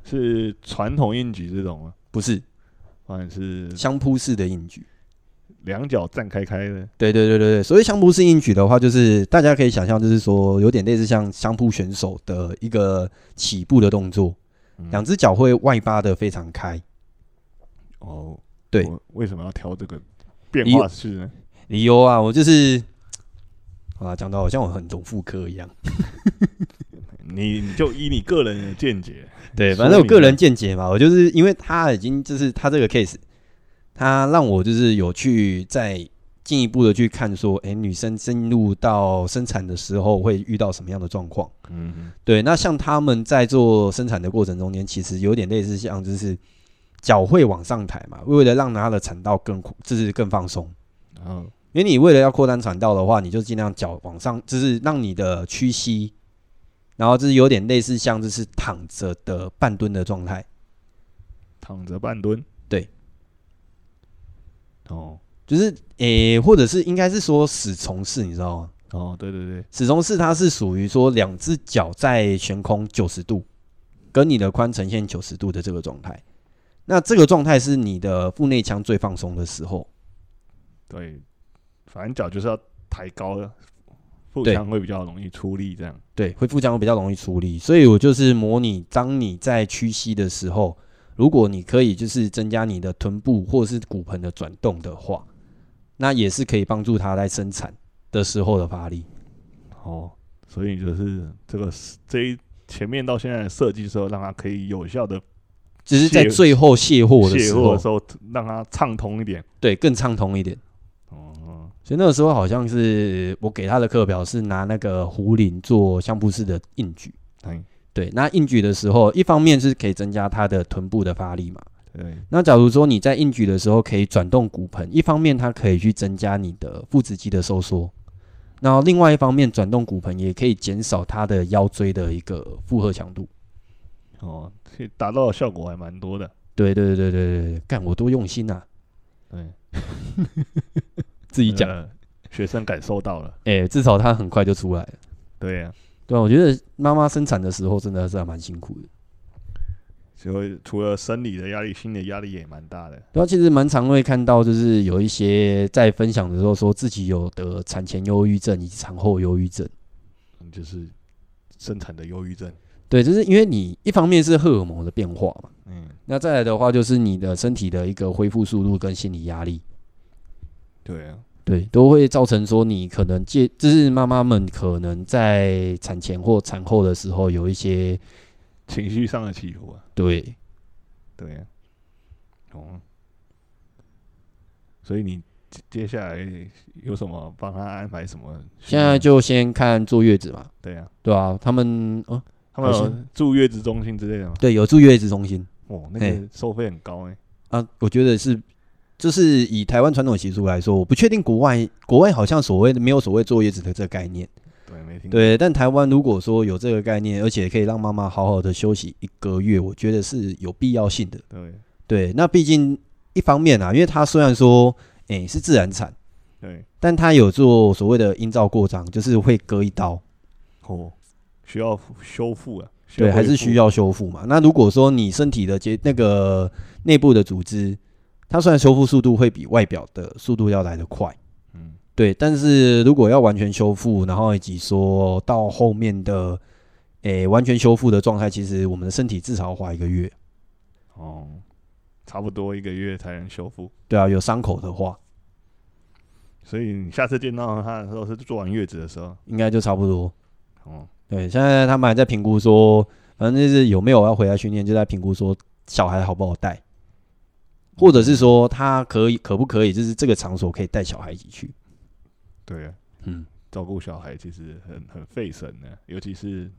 B: 是传统硬举这种吗？
A: 不是
B: 或者是
A: 相扑式的硬举，
B: 两脚站开开的？
A: 对对对对对，所谓相扑式硬举的话，就是大家可以想象，就是说有点类似像相扑选手的一个起步的动作，
B: 嗯
A: 两只脚会外八的非常开，
B: 哦，
A: 对
B: 我为什么要挑这个变
A: 一
B: 化式呢？
A: 理由啊，我就是。啊，讲到好像我很懂妇科一样。
B: 你你就依你个人的见解，
A: 对，
B: 说
A: 反正我
B: 明啊
A: 个
B: 了
A: 人见解嘛，我就是因为他已经就是他这个 case，他让我就是有去再进一步的去看说，诶，女生进入到生产的时候会遇到什么样的状况？
B: 嗯，
A: 对，那像他们在做生产的过程中间，其实有点类似像就是脚会往上抬嘛，为了让她的产道更就是更放松。
B: 然后
A: 因为你为了要扩展产道的话，你就尽量脚往上，就是让你的屈膝，然后就是有点类似像就是躺着的半蹲的状态。
B: 躺着半蹲，
A: 对，
B: 哦
A: 就是诶、或者是应该是说死虫式，你知道吗？
B: 哦，对对对，
A: 死虫式它是属于说两只脚在悬空九十度，跟你的髋呈现九十度的这个状态。那这个状态是你的腹内腔最放松的时候，
B: 对，反正脚就是要抬高的，腹
A: 对
B: 腔会比较容易出力，这样。
A: 对，会腹腔会比较容易出力，所以我就是模拟，当你在屈膝的时候，如果你可以就是增加你的臀部或者是骨盆的转动的话，那也是可以帮助它在生产的时候的发力。
B: 哦，所以就是这个这一前面到现在的设计之后，让它可以有效的
A: 只是在
B: 卸
A: 最后卸货的
B: 卸
A: 时
B: 货
A: 候
B: 的，时候，让它畅通一点。
A: 对，更畅通一点。
B: 哦，
A: 所以那个时候好像是我给他的课表是拿那个壶铃做相扑式的硬举。
B: 哎，
A: 对，那硬举的时候，一方面是可以增加他的臀部的发力嘛。
B: 对，
A: 那假如说你在硬举的时候可以转动骨盆，一方面它可以去增加你的腹直肌的收缩，然后另外一方面转动骨盆也可以减少它的腰椎的一个负荷强度。
B: 哦，其实达到的效果还蛮多的。
A: 对对对对对对，干我多用心呐、
B: 对，
A: 自己讲，
B: 呃学生感受到了。
A: 哎、至少它很快就出来了。
B: 对呀、
A: 对啊、我觉得妈妈生产的时候真的是还蛮辛苦的。
B: 所以除了生理的压力，心理压力也蛮大的。
A: 对啊，其实蛮常会看到，就是有一些在分享的时候说自己有得产前忧郁症以及产后忧郁症。
B: 嗯就是生产的忧郁症。
A: 对，就是因为你一方面是荷尔蒙的变化嘛，
B: 嗯，
A: 那再来的话就是你的身体的一个恢复速度跟心理压力，
B: 对啊，
A: 对，都会造成说你可能借，就是妈妈们可能在产前或产后的时候有一些
B: 情绪上的起伏啊。
A: 对，
B: 对啊，哦，所以你接接下来有什么帮他安排什么？
A: 现在就先看坐月子嘛，
B: 对啊，
A: 对啊，他们哦，
B: 他们
A: 好
B: 有
A: 像
B: 住月子中心之类的吗？
A: 对，有住月子中心
B: 哦，那
A: 嘿
B: 个收费很高哎、
A: 啊，我觉得是。就是以台湾传统习俗来说，我不确定国外国外好像所谓的没有所谓坐月子的这个概念，
B: 对，没听过。
A: 对。但台湾如果说有这个概念，而且可以让妈妈好好的休息一个月，我觉得是有必要性的。
B: 对
A: 对，那毕竟一方面啊，因为它虽然说诶、是自然产，
B: 对，
A: 但它有做所谓的阴道过长，就是会割一刀，
B: 哦，需要修复啊，需
A: 对，
B: 要
A: 还
B: 恢
A: 是需
B: 复
A: 要修复嘛。那如果说你身体的结那个内部的组织，它虽然修复速度会比外表的速度要来得快，
B: 嗯，
A: 对，但是如果要完全修复，然后以及说到后面的。诶、完全修复的状态，其实我们的身体至少要花一个月，
B: 哦，差不多一个月才能修复。
A: 对啊，有伤口的话，
B: 所以你下次见到他的时候是做完月子的时候，
A: 应该就差不多。
B: 哦，
A: 对，现在他们还在评估说，反正就是有没有要回来训练，就在评估说小孩好不好带，或者是说他可以可不可以，就是这个场所可以带小孩一起去。
B: 对啊，
A: 嗯，
B: 照顾小孩其实很很费神的、尤其是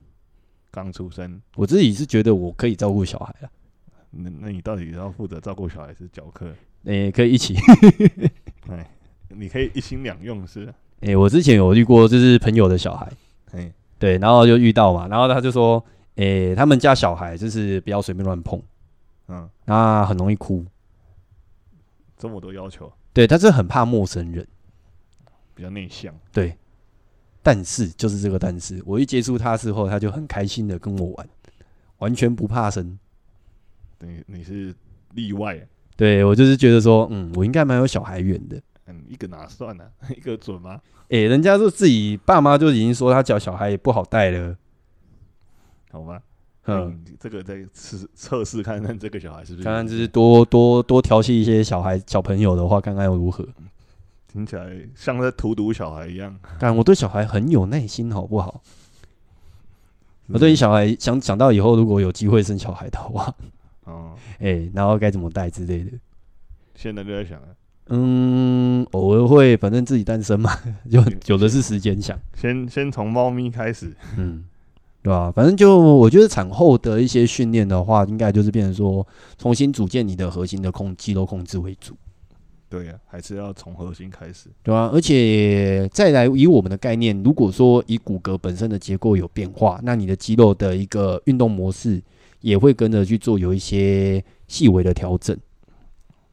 B: 刚出生。
A: 我自己是觉得我可以照顾小孩啊了，
B: 那那你到底要负责照顾小孩是教课？
A: 诶、可以一起。
B: 你可以一心两用是？
A: 诶、我之前有遇过，就是朋友的小孩，
B: 哎，
A: 对，然后就遇到嘛，然后他就说，诶、他们家小孩就是不要随便乱碰，
B: 嗯，
A: 那很容易哭。
B: 这么多要求，
A: 对，他是很怕陌生人。
B: 比较内向。
A: 对，但是就是这个但是，我一接触他之后，他就很开心的跟我玩，完全不怕生。
B: 你你是例外，
A: 对我就是觉得说，嗯，我应该蛮有小孩缘的。
B: 嗯，一个哪算呢、啊？ 一个准吗？
A: 诶、人家说自己爸妈就已经说他教小孩也不好带了，
B: 好吧，
A: 嗯，
B: 嗯，这个再试测试看看这个小孩是不是？
A: 看看就是多多多调戏一些小孩小朋友的话，看看又如何。
B: 听起来像在荼毒小孩一样。
A: 但我对小孩很有耐心，好不好？
B: 是
A: 我对小孩想想到以后如果有机会生小孩的话，
B: 哦，
A: 诶、然后该怎么带之类的。
B: 现在就在想了，
A: 嗯，偶尔会，反正自己单身嘛， 有有的是时间想，
B: 先先从猫咪开始。
A: 嗯，对吧、反正就我觉得产后的一些训练的话，应该就是变成说重新组建你的核心的控肌肉控制为主，
B: 对呀、还是要从核心开始。
A: 对吧、而且再来以我们的概念，如果说以骨骼本身的结构有变化，那你的肌肉的一个运动模式也会跟着去做有一些细微的调整。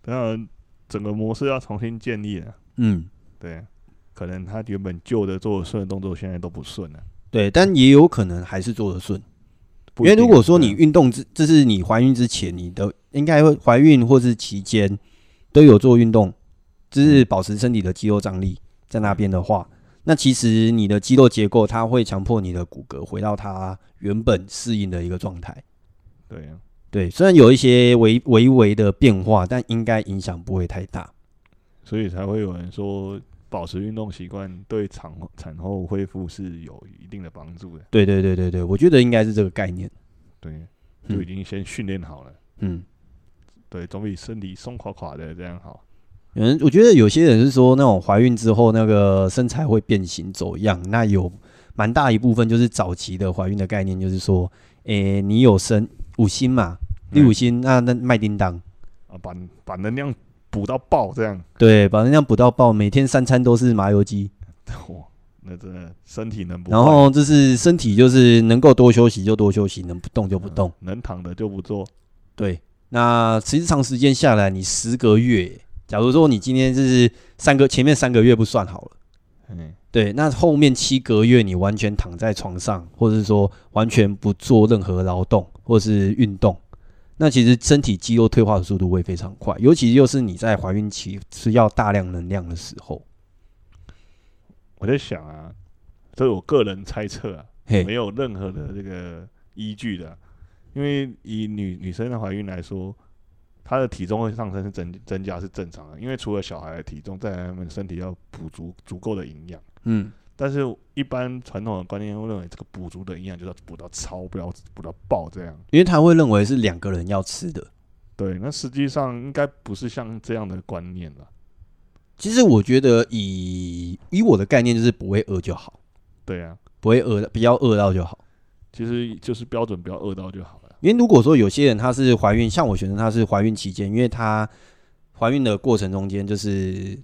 B: 当然，整个模式要重新建立了。
A: 嗯，
B: 对，可能他原本旧的做的顺的动作，现在都不顺了。
A: 对，但也有可能还是做得顺，
B: 不
A: 因
B: 一
A: 为如
B: 定啊
A: 果说你
B: 对
A: 运动之，这是你怀孕之前，你的应该会怀孕或是期间都有做运动，就是保持身体的肌肉张力在那边的话，那其实你的肌肉结构它会强迫你的骨骼回到它原本适应的一个状态。
B: 对啊，
A: 对，虽然有一些微微微的变化，但应该影响不会太大。
B: 所以才会有人说，保持运动习惯对产后产后恢复是有一定的帮助的。
A: 对对对对对，我觉得应该是这个概念。
B: 对，就已
A: 嗯
B: 经先训练好了，
A: 嗯，
B: 对，总比身体松垮垮的这样好。
A: 有人我觉得有些人是说那种怀孕之后那个身材会变形走样，那有蛮大一部分就是早期的怀孕的概念，就是说，诶、你有生五星嘛，第五
B: 嗯
A: 星那那卖叮当，
B: 啊，把把能量补到爆这样，
A: 对，把人家补到爆，每天三餐都是麻油鸡，
B: 哇，哦那真的身体能不
A: 然
B: 坏
A: 后就是身体就是能够多休息就多休息，能不动就不动。
B: 嗯能躺的就不做，
A: 对，那其实长时间下来，你十个月，假如说你今天就是三个前面三个月不算好了，
B: 嗯，
A: 对，那后面七个月你完全躺在床上，或者是说完全不做任何劳动或是运动，那其实身体肌肉退化的速度会非常快，尤其又是你在怀孕期吃要大量能量的时候，
B: 我在想啊，这是我个人猜测啊，
A: 嘿
B: 没，有任何的这个依据的啊、因为以女女生的怀孕来说，她的体重会上升是增增加是正常的，因为除了小孩的体重，再来他们身体要补足足够的营养。
A: 嗯，
B: 但是，一般传统的观念会认为这个补足的营养就是要补到超标、补到爆这样。
A: 因为他会认为是两个人要吃的。
B: 对，那实际上应该不是像这样的观念了。
A: 其实我觉得以以我的概念就是不会饿就好，
B: 对啊，
A: 不会饿，不要饿到就好。
B: 其实就是标准不要饿到就好了。
A: 因为如果说有些人她是怀孕，像我学生她是怀孕期间，因为她怀孕的过程中间，就是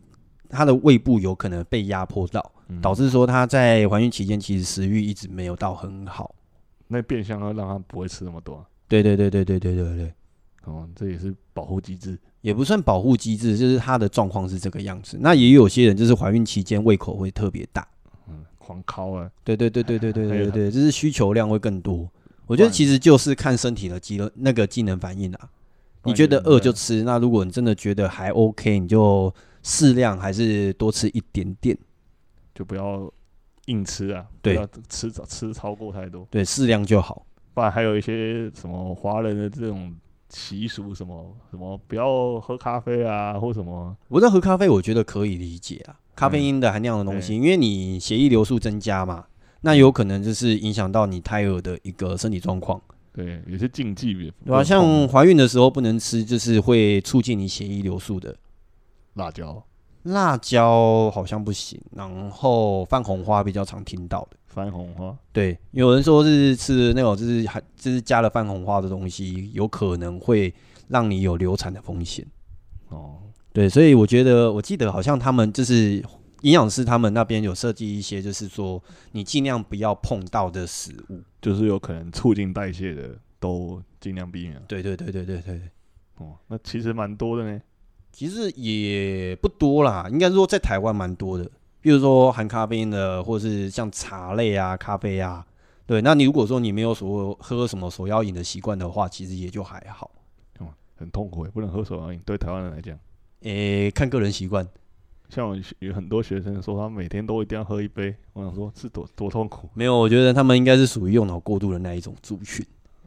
A: 她的胃部有可能被压迫到，
B: 嗯
A: 导致说她在怀孕期间其实食欲一直没有到很好。
B: 那变相要让他不会吃那么多啊、
A: 对对对对对对对对，
B: 哦，这也是保护机制。
A: 也不算保护机制，就是她的状况是这个样子。那也有些人就是怀孕期间胃口会特别大，
B: 嗯，狂敲啊，
A: 对对对对对对
B: 还有
A: 对
B: 她
A: 对，就是需求量会更多。我觉得
B: 不然
A: 其实就是看身体的肌肉那个技能反应啊。你觉得饿就吃，那如果你真的觉得还 OK，你就适量还是多吃一点点，
B: 就不要硬吃啊，
A: 对
B: 不要吃吃超过太多。
A: 对，适量就好。
B: 不然还有一些什么华人的这种习俗，什么什么不要喝咖啡啊，或什么
A: 我在喝咖啡，我觉得可以理解啊，咖啡因的含量的东西，因为你血液流速增加嘛，那有可能就是影响到你胎儿的一个身体状况，
B: 对，也是禁忌也不
A: 对吧、啊
B: 能
A: 像
B: 碰
A: 怀孕的时候不能吃，就是会促进你血液流速的。
B: 辣椒、
A: 辣椒好像不行，然后番红花比较常听到的。
B: 番红花，
A: 对，有人说是吃那种就是还就是加了番红花的东西，有可能会让你有流产的风险。
B: 哦，
A: 对，所以我觉得我记得好像他们就是营养师他们那边有设计一些，就是说你尽量不要碰到的食物。
B: 就是有可能促进代谢的都尽量避免。啊
A: 对对对对对对，对
B: 哦，那其实蛮多的呢。
A: 其实也不多啦，应该说在台湾蛮多的，比如说含咖啡因的，或是像茶类啊、咖啡啊。对，那你如果说你没有所喝什么手摇饮的习惯的话，其实也就还好。
B: 哦，很痛苦耶，不能喝手摇饮。对台湾人来讲，
A: 诶、看个人习惯。
B: 像我学有很多学生说，他每天都一定要喝一杯。我想说，是多多痛苦，
A: 没有，我觉得他们应该是属于用脑过度的那一种族群，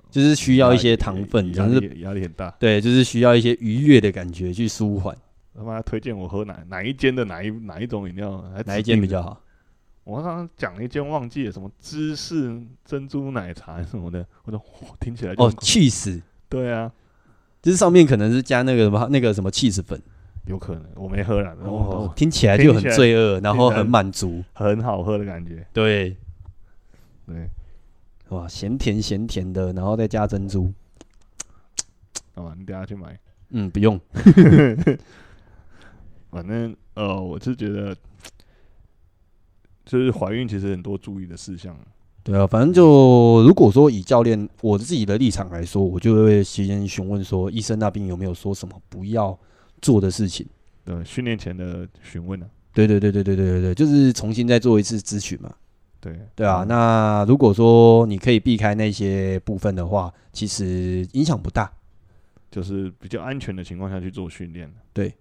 A: 就是需要一些糖分，
B: 压
A: 就是
B: 力压力压力很大。
A: 对，就是需要一些愉悦的感觉去舒缓。
B: 他妈推荐我喝哪哪一间的哪一哪一种饮料，还
A: 哪一
B: 指
A: 间
B: 定
A: 比
B: 的
A: 较？好？
B: 我刚刚讲了一间忘记了，什么芝士珍珠奶茶什么的，我说哇听起来就
A: 哦
B: 很，苦
A: 气死！
B: 对啊，
A: 就是上面可能是加那个什么那个什么 cheese 粉，
B: 有可能我没喝了，然
A: 哦
B: 后，
A: 听起来就很罪恶，然后很满足，
B: 很好喝的感觉，
A: 对，
B: 对，
A: 哇，咸甜咸甜的，然后再加珍珠，
B: 好吧，你等下去买。
A: 嗯，不用，
B: 反正呃，我是觉得，就是怀孕其实很多注意的事项，
A: 对啊，反正就如果说以教练我自己的立场来说，我就会先询问说医生那边有没有说什么不要做的事情，
B: 对训练前的询问啊，
A: 对对对对对对对对，就是重新再做一次咨询嘛。
B: 对
A: 对啊，那如果说你可以避开那些部分的话，其实影响不大。
B: 就是比较安全的情况下去做训练，啊
A: 对，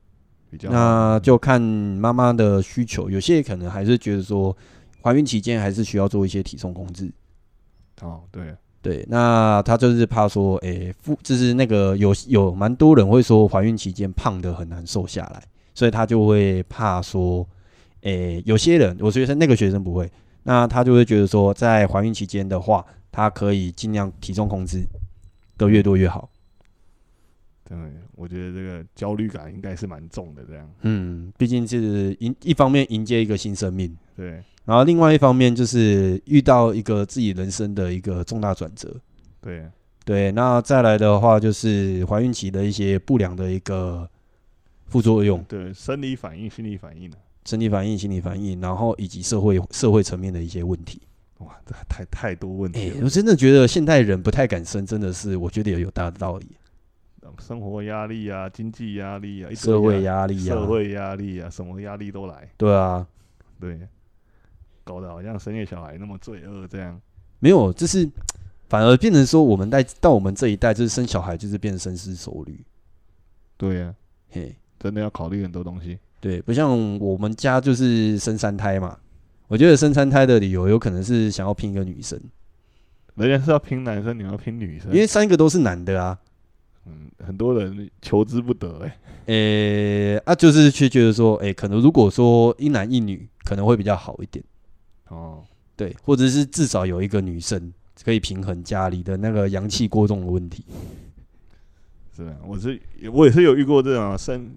B: 比较
A: 那就看妈妈的需求，有些可能还是觉得说，怀孕期间还是需要做一些体重控制。
B: 哦，对，
A: 对，那她就是怕说，诶、腹就是那个有有蛮多人会说，怀孕期间胖的很难瘦下来，所以她就会怕说，诶、有些人我学生那个学生不会，那他就会觉得说，在怀孕期间的话，她可以尽量体重控制的越多越好。
B: 对，我觉得这个焦虑感应该是蛮重的，这样
A: 嗯，毕竟是迎一方面迎接一个新生命，
B: 对
A: 然后另外一方面就是遇到一个自己人生的一个重大转折。
B: 对
A: 对，那再来的话就是怀孕期的一些不良的一个副作用，
B: 对，生理反应、心理反应的、啊
A: 身体反应、心理反应，然后以及社会社会层面的一些问题。
B: 哇，这太太多问
A: 哎
B: 题，
A: 我
B: 了，
A: 真的觉得现代人不太敢生，真的是我觉得也有大道理，
B: 生活压力啊、经济压力啊、一堆
A: 社会压力啊
B: 社，会压力啊，什么压力都来，
A: 对啊，
B: 对，搞得好像生下小孩那么罪恶这样，
A: 没有，就是反而变成说我们在到我们这一代，就是生小孩就是变成深思熟虑，
B: 对呀、啊，
A: 嘿。
B: 真的要考虑很多东西，
A: 对，不像我们家就是生三胎嘛。我觉得生三胎的理由有可能是想要拼一个女生，
B: 人家是要拼男生，你要拼女生，
A: 因为三个都是男的啊。
B: 嗯，很多人求之不得、欸，哎，
A: 诶、啊，就是却觉得说，诶、可能如果说一男一女可能会比较好一点，
B: 哦，
A: 对，或者是至少有一个女生可以平衡家里的那个阳气过重的问题。
B: 是啊，我是我也是有遇过这种啊生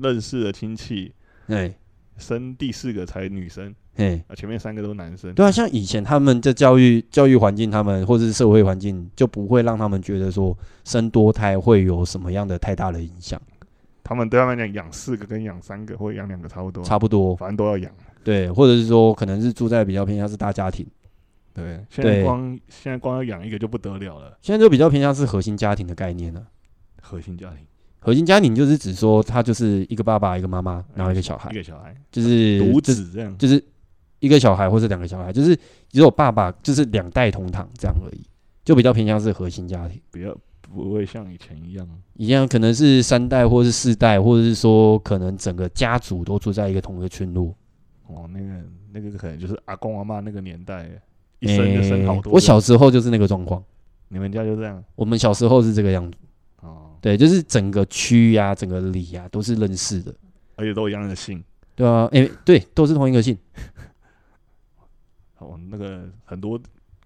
B: 认识的亲戚，
A: 哎、
B: 生第四个才女生
A: 嘿，
B: 啊，前面三个都男生，
A: 对啊，像以前他们在教育教育环境，他们或者是社会环境，就不会让他们觉得说生多胎会有什么样的太大的影响，
B: 他们对他们来讲养四个跟养三个或养两个差不多，
A: 差不多。
B: 反正都要养。
A: 对，或者是说可能是住在比较偏向是大家庭，
B: 对，现
A: 对
B: 在光现在光要养一个就不得了了，
A: 现在就比较偏向是核心家庭的概念了。
B: 核心家庭
A: 核心家庭就是指说，他就是一个爸爸、一个妈妈，然后一个小孩
B: 哎一，个小孩
A: 就是
B: 独
A: 就
B: 子这样，
A: 就是一个小孩或者两个小孩，就是只有爸爸，就是两代同堂这样而已，就比较偏向是核心家庭。
B: 不要不会像以前一样，
A: 一样可能是三代或是四代，或者是说可能整个家族都住在一个同一个村落。
B: 哦，那个那个可能就是阿公阿妈那个年代，一生就生好
A: 诶
B: 多个。
A: 欸哎我小时候就是那个状况，
B: 你们家就这样
A: 我们小时候是这个样子，
B: 哦，
A: 对，就是整个区呀、整个里呀、都是认识的。
B: 而且都一样的姓，
A: 对啊，哎、对，都是同一个姓。
B: 哦，那个很多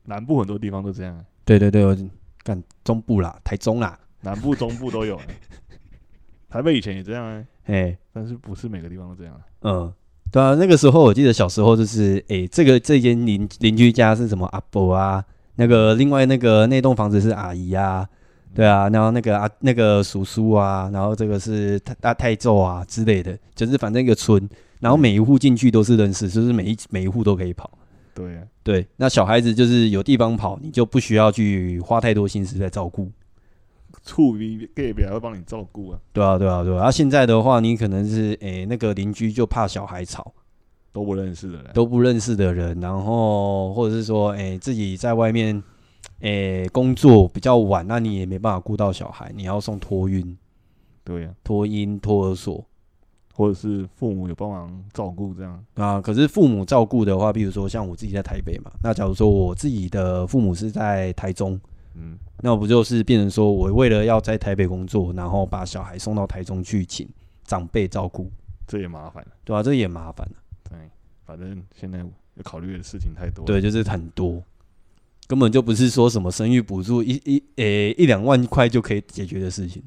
B: 南部很多地方都这样，
A: 对对对，我干中部啦，台中啦，
B: 南部中部都 有，台北以前也这样哎。
A: 哎、
B: 但是不是每个地方都这样？啊
A: 嗯，对啊，那个时候我记得小时候就是，哎、这个这间邻邻居家是什么阿伯啊，那个另外那个那栋房子是阿姨啊，对啊，然后那个啊那个叔叔啊，然后这个是太大太舅啊之类的，就是反正一个村，然后每一户进去都是认识，就是每一每一户都可以跑。
B: 对啊，
A: 对，那小孩子就是有地方跑，你就不需要去花太多心思在照顾。
B: 处比 gay 表要帮你照顾啊，
A: 对啊，对啊，对啊。啊现在的话，你可能是诶、那个邻居就怕小孩吵，
B: 都不认识的人，
A: 都不认识的人，然后或者是说诶、自己在外面诶、工作比较晚，那你也没办法顾到小孩，你要送托运、
B: 对呀、
A: 托婴、托儿所
B: 或者是父母有帮忙照顾这样，
A: 啊。可是父母照顾的话，比如说像我自己在台北嘛，那假如说我自己的父母是在台中，
B: 嗯，
A: 那我不就是变成说我为了要在台北工作，然后把小孩送到台中去请长辈照顾，
B: 这也麻烦了。
A: 对啊，这也麻烦。
B: 对，反正现在要考虑的事情太多了。
A: 对，就是很多，根本就不是说什么生育补助一一诶、一两万块就可以解决的事情。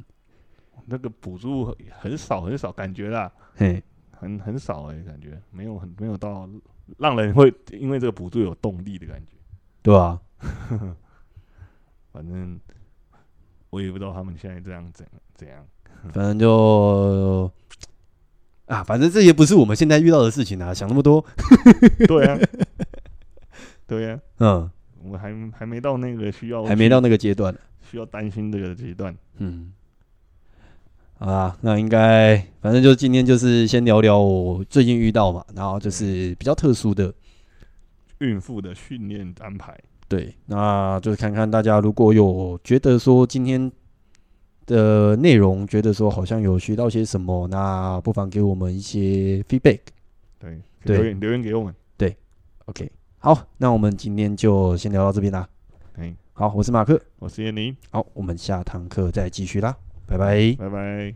B: 那个补助很很少很少，感觉啦，
A: 嘿，
B: 很很少哎、感觉没有很没有到让人会因为这个补助有动力的感觉。
A: 对啊，
B: 反正我也不知道他们现在这样怎怎样，
A: 反正就啊，反正这些不是我们现在遇到的事情啊，想那么多。
B: 对 啊，对呀、
A: 嗯，
B: 我还还没到那个需要
A: 还没到那个阶段。
B: 需要担心这个阶段。
A: 嗯，啊，嗯那应该反正就今天就是先聊聊我最近遇到嘛，然后就是比较特殊的，
B: 孕妇的训练安排，
A: 对，那就是看看大家如果有觉得说今天的内容，觉得说好像有学到些什么，那不妨给我们一些 feedback。
B: 对，
A: 对
B: 留言留言给我们，
A: OK，好，那我们今天就先聊到这边啦。
B: 哎，
A: 好，我是马克，
B: 我是燕妮，
A: 好，我们下堂课再继续啦，拜拜。
B: 拜拜。